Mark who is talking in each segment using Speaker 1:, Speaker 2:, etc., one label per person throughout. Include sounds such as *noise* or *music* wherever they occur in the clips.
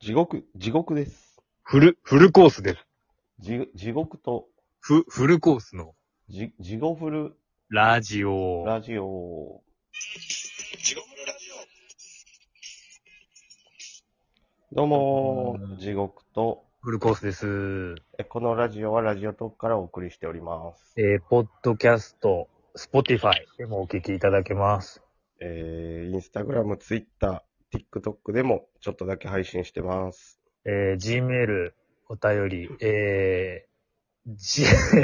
Speaker 1: 地獄、地獄です。
Speaker 2: フル、フルコースです。
Speaker 1: 地、地獄と、
Speaker 2: フ、フルコースの
Speaker 1: じ、地獄フル
Speaker 2: ラジオ。
Speaker 1: ラジオ。どうも
Speaker 2: う
Speaker 1: ー、
Speaker 2: ん
Speaker 1: 地獄と、
Speaker 2: フルコースです。
Speaker 1: えこのラジオはラジオトークからお送りしております。
Speaker 2: えー、ポッドキャスト、スポティファイでもお聞きいただけます。
Speaker 1: えー、インスタグラム、ツイッター、TikTok でもちょっとだけ配信してます。
Speaker 2: えー、Gmail、お便り、えー、jigo、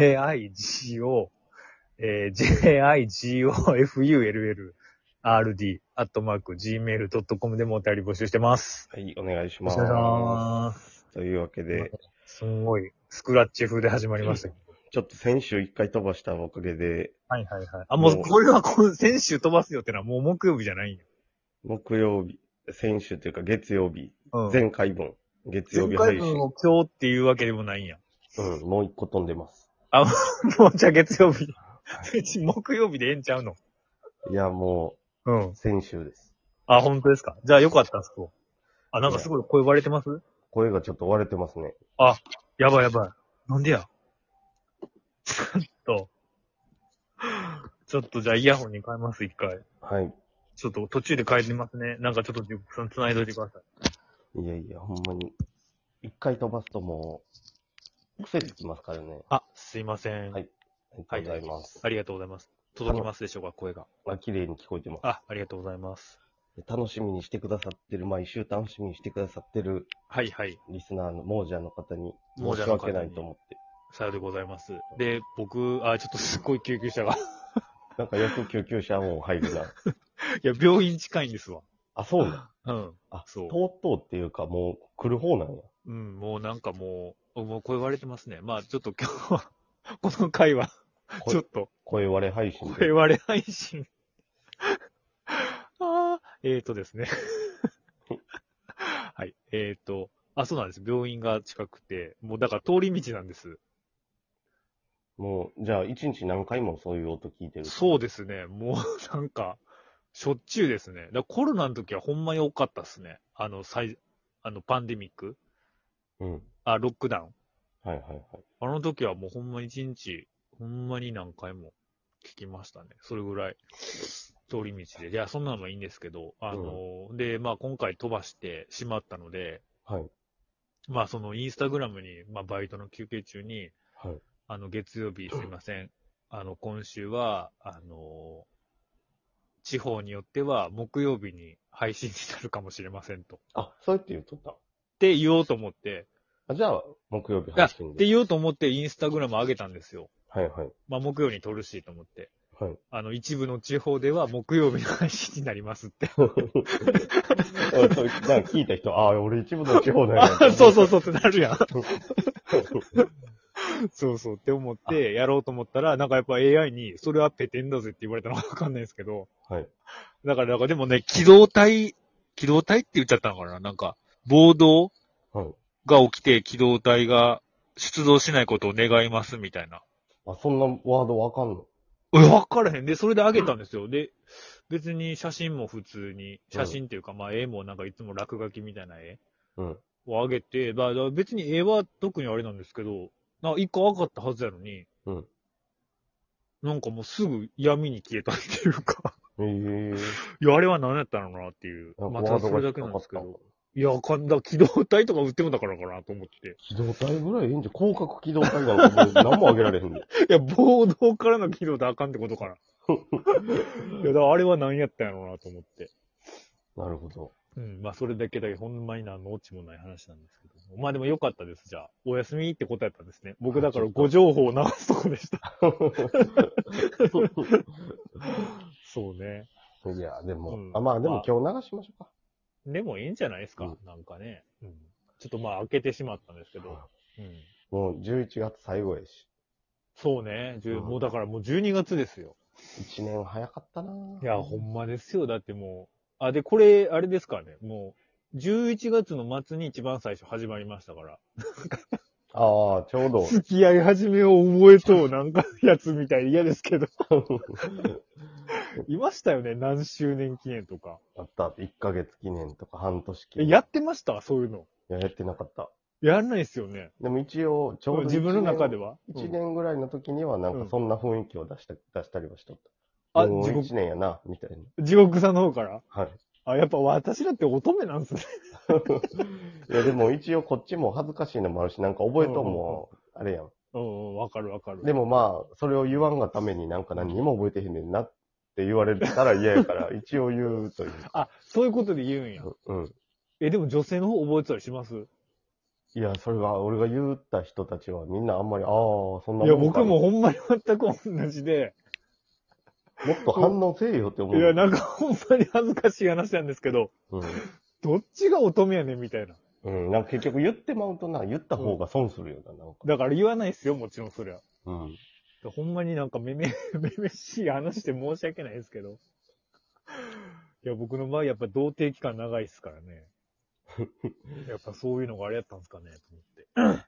Speaker 2: えー、jigofull、rd、アットマーク、gmail.com でもお便り募集してます。
Speaker 1: はい、お願いし
Speaker 2: お
Speaker 1: ます。
Speaker 2: 願いします。
Speaker 1: というわけで、
Speaker 2: すんごい、スクラッチ風で始まりましたけど。
Speaker 1: ちょっと先週一回飛ばしたおかげで、
Speaker 2: はいはいはい。あ、も
Speaker 1: も
Speaker 2: う、
Speaker 1: う
Speaker 2: これはこの、先週飛ばすよってのはもう木曜日じゃないんよ。
Speaker 1: 木曜日、先週というか月曜日、
Speaker 2: うん
Speaker 1: 前回分、月曜日
Speaker 2: 前回
Speaker 1: 配信
Speaker 2: 分。を今日っていうわけでもない
Speaker 1: *laughs*
Speaker 2: んや。
Speaker 1: うん、もう一個飛んでます。
Speaker 2: もうじゃあ月曜日。別に木曜日でええんちゃうの。
Speaker 1: いや、も
Speaker 2: うん
Speaker 1: う、。先週です。
Speaker 2: あ、本当ですか。じゃあよかったっすよ。あ、なんかすごい声割れてます
Speaker 1: 声がちょっと割れてますね。
Speaker 2: やばいやばい。なんでや。ちょっと。ちょっとじゃあイヤホンに変えます、一回。
Speaker 1: はい。
Speaker 2: ちょっと途中で変えてますね。なんかちょっとジュックさん繋いどいてください。
Speaker 1: いやいや、ほんまに。一回飛ばすともう、癖つきますからね。
Speaker 2: あ、すいません。
Speaker 1: はいありがとうございます。
Speaker 2: ありがとうございます。届きますでしょうか、声が。
Speaker 1: あ、綺麗に聞こえてます。
Speaker 2: あ、ありがとうございます。
Speaker 1: 楽しみにしてくださってる、毎週楽しみにしてくださってる
Speaker 2: はいはい。
Speaker 1: リスナーの、亡者の方に、
Speaker 2: 亡
Speaker 1: 申
Speaker 2: 者
Speaker 1: し
Speaker 2: の方
Speaker 1: 訳
Speaker 2: に
Speaker 1: ないと思って。
Speaker 2: さようでございます。で、僕、あ、ちょっとすっごい救急車が。 *laughs*
Speaker 1: なんかよく救急車も入るな。
Speaker 2: いや、病院近いんですわ。
Speaker 1: あ、そうなん。
Speaker 2: うん。
Speaker 1: あ、
Speaker 2: そう
Speaker 1: とうとうっていうか、もう来る方なんや。
Speaker 2: うん、もうなんかもう、もうこれ言われてますね。まあちょっと今日は、 *laughs* この回は、ちょ
Speaker 1: 声
Speaker 2: っと、
Speaker 1: 声割れ配信
Speaker 2: 声
Speaker 1: で。
Speaker 2: 割れ配信。 *laughs* ああ、えーとですね。 *laughs* はい、えーと、あ、そうなんです。病院が近くて、もうだから通り道なんです。
Speaker 1: もう、じゃあ一日何回もそういう音聞いてる。
Speaker 2: そうですね。もうなんか、しょっちゅうですね。だからコロナの時はほんまに多かったですね。あの、最、あの、パンデミック
Speaker 1: うん。
Speaker 2: あ、ロックダウン。
Speaker 1: はいはいはい。
Speaker 2: あの時はもうほんま一日、ほんまに何回も聞きましたね。それぐらい、通り道で。いや、そんなのはいいんですけど、あの、で、まあ今回飛ばしてしまったので、
Speaker 1: はい。
Speaker 2: まあそのインスタグラムに、まあバイトの休憩中に、
Speaker 1: はい。
Speaker 2: あの月曜日すいません。あの、今週は、あの、地方によっては木曜日に配信になるかもしれませんと。っ
Speaker 1: あ、そうやって言っとった。
Speaker 2: て言おうと思って、
Speaker 1: あ、じゃあ、木曜日
Speaker 2: いや
Speaker 1: 配
Speaker 2: っ
Speaker 1: 信
Speaker 2: て
Speaker 1: で。
Speaker 2: 言おうと思ってインスタグラム上げたんですよ。
Speaker 1: はいはい。
Speaker 2: まあ木曜に撮るしと思って。
Speaker 1: はい。
Speaker 2: あの、一部の地方では木曜日の配信になりますって。
Speaker 1: おいそれなんか聞いた人、あ *laughs* あ、俺一部の地方 *laughs* だよ。
Speaker 2: *laughs* そうそうそうってなるやん。
Speaker 1: う。
Speaker 2: そうそうって思ってやろうと思ったら、なんかやっぱ AI に、それはペテンだぜって言われたのかわかんないですけど。
Speaker 1: はい。
Speaker 2: だから、なんかでもね、機動隊、機動隊って言っちゃったのかななんか、暴動
Speaker 1: はい。
Speaker 2: が起きて機動隊が出動しないことを願いますみたいな。
Speaker 1: あ、そんなワードわかんの
Speaker 2: え、わからへん。で、それで上げたんですよ。で、別に写真も普通に、写真っていうか、まあ絵もなんかいつも落書きみたいな絵。
Speaker 1: うん。
Speaker 2: を上げて、まあ、だから別に絵は特にあれなんですけど、なんか一個上がったはずやのに、
Speaker 1: うん
Speaker 2: なんかもうすぐ闇に消えたっていうか、 *laughs*
Speaker 1: ええ
Speaker 2: いや、あれは何やったのかなっていう。
Speaker 1: なんか
Speaker 2: ま
Speaker 1: ワ
Speaker 2: た
Speaker 1: ード
Speaker 2: そ
Speaker 1: が
Speaker 2: れだけ
Speaker 1: 引
Speaker 2: な
Speaker 1: っ
Speaker 2: ん
Speaker 1: かか
Speaker 2: で
Speaker 1: っ
Speaker 2: すけ
Speaker 1: た
Speaker 2: ど。いや、かんだ、機動隊とか売ってもだからかなと思って。
Speaker 1: 機動隊ぐらいええんじゃ、広角機動隊がもう何もあげられ *laughs* へんで。
Speaker 2: いや、暴動からの機動隊あかんってこと *laughs* かな。いや、だからあれは何やったんやろうなと思って。
Speaker 1: なるほ *laughs* ど。
Speaker 2: うん、まあそれだけだけ、ほんまに何のオチもない話なんですけど。まあでもよかったです、じゃあ。お休みってことやったんですね。僕だからご情報を流すとこでした。 *laughs* そうね。
Speaker 1: いや、でも、
Speaker 2: うん
Speaker 1: あまあでも今日流しましょうか。
Speaker 2: でもいいんじゃないですか、
Speaker 1: うん
Speaker 2: なんかね、うん。ちょっとまあ開けてしまったんですけど。うん。
Speaker 1: もう11月最後やし。
Speaker 2: そうね。じゅう
Speaker 1: うん
Speaker 2: もうだからもう12月ですよ。
Speaker 1: 1年早かったなぁ
Speaker 2: いや、ほんまですよ。だってもう。あ、で、これ、あれですからね。もう、11月の末に一番最初始まりましたから。
Speaker 1: ああ、ちょうど。
Speaker 2: *laughs* 付き合い始めを覚えとうなんかやつみたいで嫌ですけ *laughs* ど。いましたよね。何周年記念とか。
Speaker 1: あった。1ヶ月記念とか半年記
Speaker 2: え
Speaker 1: 念。
Speaker 2: やってましたそういうの。
Speaker 1: いや、やってなかった。
Speaker 2: やらないですよね。
Speaker 1: でも一応、ちょうど
Speaker 2: 自分の中で
Speaker 1: は。
Speaker 2: は。
Speaker 1: 1年ぐらいの時には、なん
Speaker 2: う
Speaker 1: か
Speaker 2: ん
Speaker 1: そんな雰囲気を出した出したりはしとっ
Speaker 2: うん
Speaker 1: た。
Speaker 2: あ、
Speaker 1: もう
Speaker 2: 地獄
Speaker 1: 1、年やな、みたいな。
Speaker 2: 地獄さんの方から。
Speaker 1: はい。
Speaker 2: あ、やっぱ私だって乙女なんですね。 *laughs*
Speaker 1: いや、でも一応こっちも恥ずかしいのもあるし、なんか覚えとんも、あれやん。
Speaker 2: うんうん、わかるわかる。
Speaker 1: でもまあ、それを言わんがためになんか何にも覚えてへんねんなって言われたら嫌やから、一応言うというか。
Speaker 2: あ、そういうことで言うんや。
Speaker 1: うん。
Speaker 2: え、でも女性の方覚えてたりします
Speaker 1: いや、それは俺が言った人たちはみんなあんまり、ああ、そんない
Speaker 2: や、
Speaker 1: もんか
Speaker 2: 僕も。ほんまに全く同じで。
Speaker 1: もっと反応せえよって
Speaker 2: い
Speaker 1: 思う。
Speaker 2: や、なんかほんまに恥ずかしい話なんですけど、
Speaker 1: う
Speaker 2: どっちが乙女やねんみたいな。
Speaker 1: ん。うん。なんか結局言ってまうとな、言った方が損するよな、なんか。
Speaker 2: だから言わないっすよ、もちろんそりゃ。
Speaker 1: うん。
Speaker 2: ほんまになんかめ *laughs* め、めめしい話で申し訳ないですけど。いや、僕の場合やっぱ童貞期間長いっすからね。やっぱそういうのがあれやったんですかね、と思って。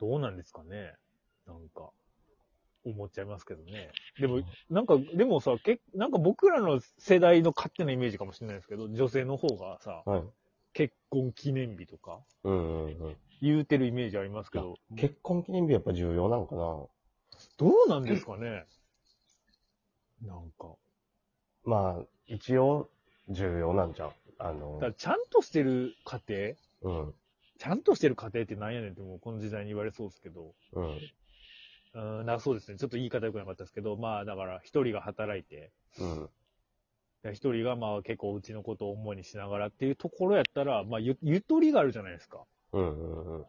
Speaker 2: どうなんですかねなんか、思っちゃいますけどね。でも、なんか、でもさ、けなんか僕らの世代の勝手なイメージかもしれないですけど、女性の方がさ、
Speaker 1: はい。
Speaker 2: 結婚記念日とか
Speaker 1: うんうんうん。
Speaker 2: 言うてるイメージありますけど、
Speaker 1: 結婚記念日やっぱ重要なんかな。
Speaker 2: どうなんですかねなんか。
Speaker 1: まあ、一応、重要なんじゃうあの
Speaker 2: だか、らちゃんとしてる家庭
Speaker 1: うん。
Speaker 2: ちゃんとしてる家庭ってなんやねんってもうこの時代に言われそうですけど。
Speaker 1: うん。
Speaker 2: うーん、だからそうですね。ちょっと言い方良くなかったですけど、まあだから一人が働いて、
Speaker 1: うん。
Speaker 2: だから一人がまあ結構うちのことを主にしながらっていうところやったら、まあゆゆとりがあるじゃないですか。
Speaker 1: うんうんうん。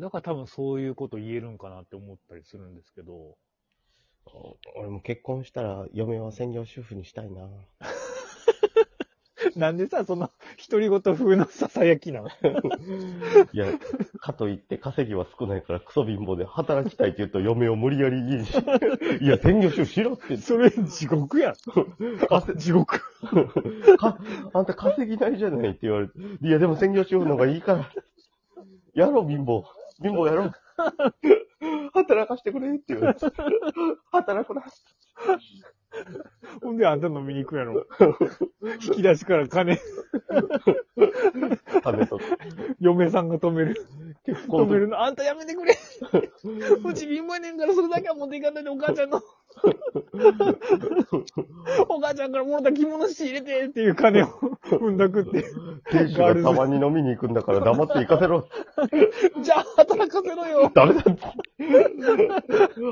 Speaker 2: だから多分そういうこと言えるんかなって思ったりするんですけど。
Speaker 1: 俺も結婚したら嫁は専業主婦にしたいな。
Speaker 2: なんでさ、その独り言風のささやきなん
Speaker 1: いや、かといって稼ぎは少ないからクソ貧乏で働きたいって言うと嫁を無理やり
Speaker 2: *laughs*
Speaker 1: 家にしいや、専業主婦しろって。
Speaker 2: それ地獄やん。地獄。
Speaker 1: *laughs* かあんた稼ぎないじゃないって言われて。いや、でも専業主婦の方がいいから。やろう、貧乏。貧乏やろう。働かしてくれって言われて。
Speaker 2: *laughs*
Speaker 1: 働くな。
Speaker 2: ほんであんた飲みに行くや *laughs* ろ。引き出しから金、
Speaker 1: 金と
Speaker 2: 嫁さんが止める。
Speaker 1: 結
Speaker 2: 止
Speaker 1: 婚
Speaker 2: め
Speaker 1: と
Speaker 2: るの。あんたやめてく *laughs* れ。うち貧乏やねんからそれだけは持っていかないでお母ちゃんの。 *laughs* お母ちゃんからもらった着物仕入れてっていう金を踏んだくって。
Speaker 1: 亭主がたまに飲みに行くんだから黙って行かせろ。
Speaker 2: じゃあ働かせろよ。
Speaker 1: ダメだって。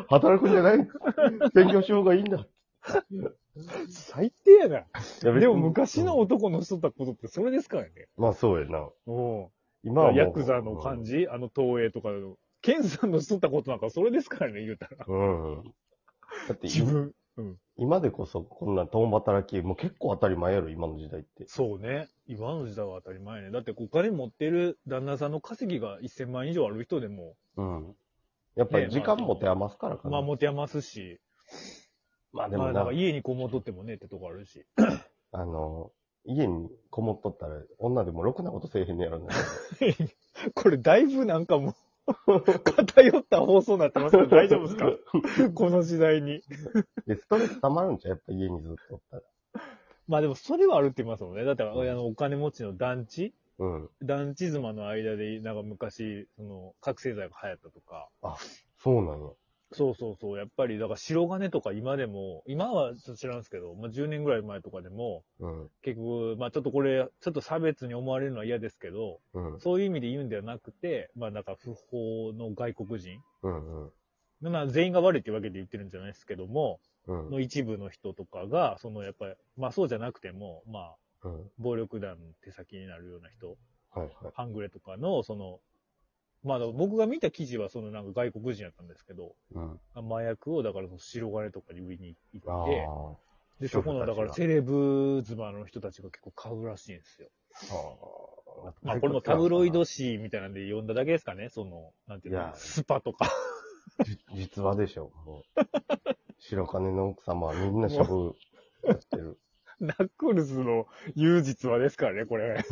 Speaker 1: 働くんじゃない。専業主婦がいいんだ。
Speaker 2: 最低やな。
Speaker 1: いや
Speaker 2: でも昔の、男の人だったことってそれですからね。
Speaker 1: まあそうやな。
Speaker 2: お
Speaker 1: 今はもう
Speaker 2: ヤクザの感じ、あの東映とかの。ケンさんの人だったことなんかそれですからね、言うたら。
Speaker 1: うん。うんだって
Speaker 2: 自分。
Speaker 1: 今でこそこんな共働き、もう結構当たり前やろ、今の時代って。
Speaker 2: そうね。今の時代は当たり前ね。だってお金持ってる旦那さんの稼ぎが1000万以上ある人でも、
Speaker 1: うん。やっぱり時間も手余すからか
Speaker 2: ま
Speaker 1: な。
Speaker 2: あ、持て余すし、
Speaker 1: まあで
Speaker 2: ま
Speaker 1: も
Speaker 2: あ、な
Speaker 1: なん
Speaker 2: か、家にこもっとってもねってとこあるし。 *laughs*
Speaker 1: あの、家にこもっとったら女でもろくなことせえへんねやろな。
Speaker 2: これ、だいぶなんかもう、 *laughs* 偏った放送になっ
Speaker 1: *laughs*
Speaker 2: てますけど、大丈夫ですかこの時代に。
Speaker 1: で、ストレス溜まるんちゃうやっぱ家にずっとおったら。
Speaker 2: まあでも、それはあるって言いますもんね。だって、あの、お金持ちの団地
Speaker 1: うん。
Speaker 2: 団地妻の間で、なんか昔、その、覚醒剤が流行ったとか。
Speaker 1: そうなんや。
Speaker 2: そうそうそう。やっぱり、だから白金とか今でも、今はちょっと知らんですけど、まあ10年ぐらい前とかでも、
Speaker 1: うん。
Speaker 2: 結局、まあちょっとこれ、ちょっと差別に思われるのは嫌ですけど、
Speaker 1: うん。
Speaker 2: そういう意味で言うんではなくて、まあなんか不法の外国人、
Speaker 1: うん。うん。
Speaker 2: まあ全員が悪いってわけで言ってるんじゃないですけども、
Speaker 1: うん。
Speaker 2: の一部の人とかが、そのやっぱり、まあそうじゃなくても、まあ
Speaker 1: うん。
Speaker 2: 暴力団の手先になるような人、
Speaker 1: はいはい。
Speaker 2: ハングレとかの、その、まあ僕が見た記事はそのなんか外国人やったんですけど、
Speaker 1: うん。
Speaker 2: 麻薬をだからその白金とかに売りに
Speaker 1: あ
Speaker 2: 行って、
Speaker 1: あ。
Speaker 2: で、そこのだからセレブ妻の人たちが結構買うらしいんですよ。
Speaker 1: は
Speaker 2: まあこれもタブロイド紙みたいなんで読んだだけですかね、その、なんていう
Speaker 1: い
Speaker 2: の
Speaker 1: や、
Speaker 2: スパとか。 *laughs*
Speaker 1: じ実話でしょ、もう。白金の奥様はみんな主婦やってる。
Speaker 2: ナックルズの言う実話ですからね、こ *laughs* れ。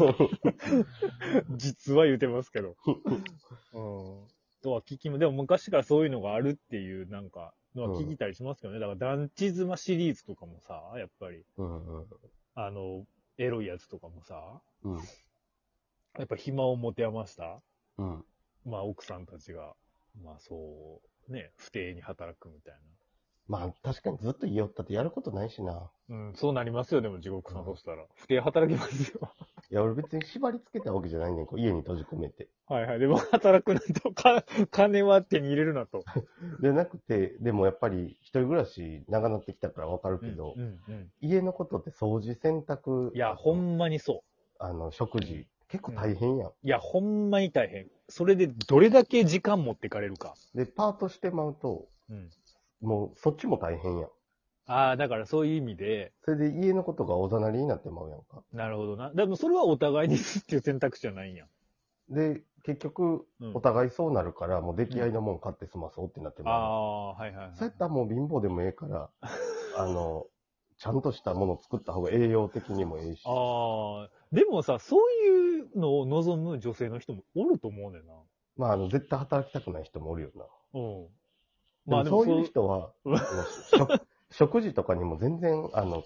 Speaker 2: 実話言うてますけど。うん。とは聞きも、でも昔からそういうのがあるっていう、なんか、のは聞いたりしますけどね。だから、団地妻シリーズとかもさ、やっぱり、
Speaker 1: うんうん
Speaker 2: あの、エロいやつとかもさ、
Speaker 1: うん
Speaker 2: やっぱ暇を持て余した、
Speaker 1: うん。
Speaker 2: まあ奥さんたちが、まあそう、ね、不定に働くみたい
Speaker 1: まあ、確かにずっと家おったってやることないしな。
Speaker 2: な。うん、そうなりますよ、でも地獄さんとしたら。不定働きますよ。 *laughs*
Speaker 1: いや、俺別に縛り付けたわけじゃないねん、こう家に閉じ込めて。
Speaker 2: はいはい。でも働くなと、か、金は手に入れるなと。
Speaker 1: でなくて、でもやっぱり一人暮らし長なってきたからわかるけど、
Speaker 2: うんうん
Speaker 1: 家のことって掃除、洗濯、
Speaker 2: いや、ほんまにそう。
Speaker 1: あの、食事、結構大変やん。
Speaker 2: いや、ほんまに大変。それでどれだけ時間持ってかれるか。
Speaker 1: で、パートしてまうと、
Speaker 2: うん。
Speaker 1: もうそっちも大変やん。
Speaker 2: ああ、だからそういう意味で、
Speaker 1: それで家のことがおざなりになってまうやんか。
Speaker 2: なるほどな。でもそれはお互いにすっていう選択肢じゃないんや。
Speaker 1: で、結局、
Speaker 2: うん
Speaker 1: お互いそうなるから、もう出来合いのもん買って済まそうってなって
Speaker 2: あ
Speaker 1: まう
Speaker 2: あ、はいはい、はい
Speaker 1: やん。そうやったらもう貧乏でもええ
Speaker 2: *laughs*
Speaker 1: から、あの、ちゃんとしたもの作った方が栄養的にもええし。
Speaker 2: ああ、でもさ、そういうのを望む女性の人もおると思うねんな。
Speaker 1: まあ、あの、絶対働きたくない人もおるよな。
Speaker 2: うん。ま
Speaker 1: ま
Speaker 2: あ
Speaker 1: あ
Speaker 2: で
Speaker 1: そ
Speaker 2: も
Speaker 1: ういう人
Speaker 2: *laughs*
Speaker 1: は、あ
Speaker 2: うん
Speaker 1: の食食事とかにも全然、あの、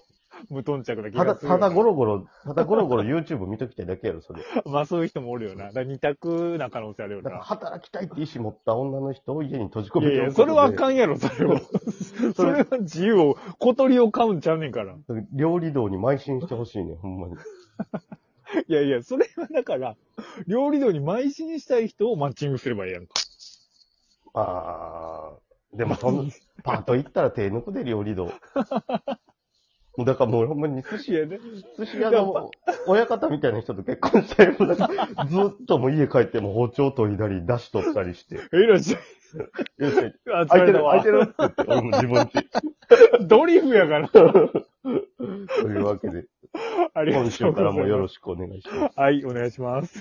Speaker 2: 無頓着な気
Speaker 1: ただ、
Speaker 2: がするよ
Speaker 1: た
Speaker 2: な。
Speaker 1: だゴロゴロ、ただゴロゴロ YouTube 見ときたいだけやろ、それ。
Speaker 2: *laughs* まあそういう人もおるよな。だから二択な可能性あるよ
Speaker 1: だから
Speaker 2: な。
Speaker 1: 働きたいって意思持った女の人を家に閉じ込
Speaker 2: い
Speaker 1: め
Speaker 2: や
Speaker 1: て
Speaker 2: い
Speaker 1: お
Speaker 2: や、
Speaker 1: くこ
Speaker 2: そ
Speaker 1: とで
Speaker 2: れはあかんやろ、それは。 *laughs* それは自由を、小鳥を飼うんちゃうねんから。
Speaker 1: 料理道に邁進してほしいね、ほんまに。
Speaker 2: いやいや、それはだから、料理道に邁進したい人をマッチングすればいいやんか。
Speaker 1: あー、でもそんな、パート行ったら手抜くで、料
Speaker 2: *laughs*
Speaker 1: 理道。もうだからもうほんまに寿司
Speaker 2: い
Speaker 1: 屋、
Speaker 2: やね、
Speaker 1: 寿司屋の親方みたいな人と結婚したいもんだからずっともう家帰っても包丁研いだり、出し取ったりして。
Speaker 2: えらっ *laughs* しゃい。
Speaker 1: よし
Speaker 2: あ、
Speaker 1: 空い
Speaker 2: 疲
Speaker 1: て
Speaker 2: れ
Speaker 1: る、
Speaker 2: た
Speaker 1: 空い
Speaker 2: わ
Speaker 1: て。るって言って、俺も自分ち。
Speaker 2: ドリフやから。
Speaker 1: というわけで、
Speaker 2: ありが
Speaker 1: 今
Speaker 2: とう *laughs* ござい
Speaker 1: 週
Speaker 2: ます。
Speaker 1: からもよろしくお願いします。
Speaker 2: はい、お願いします。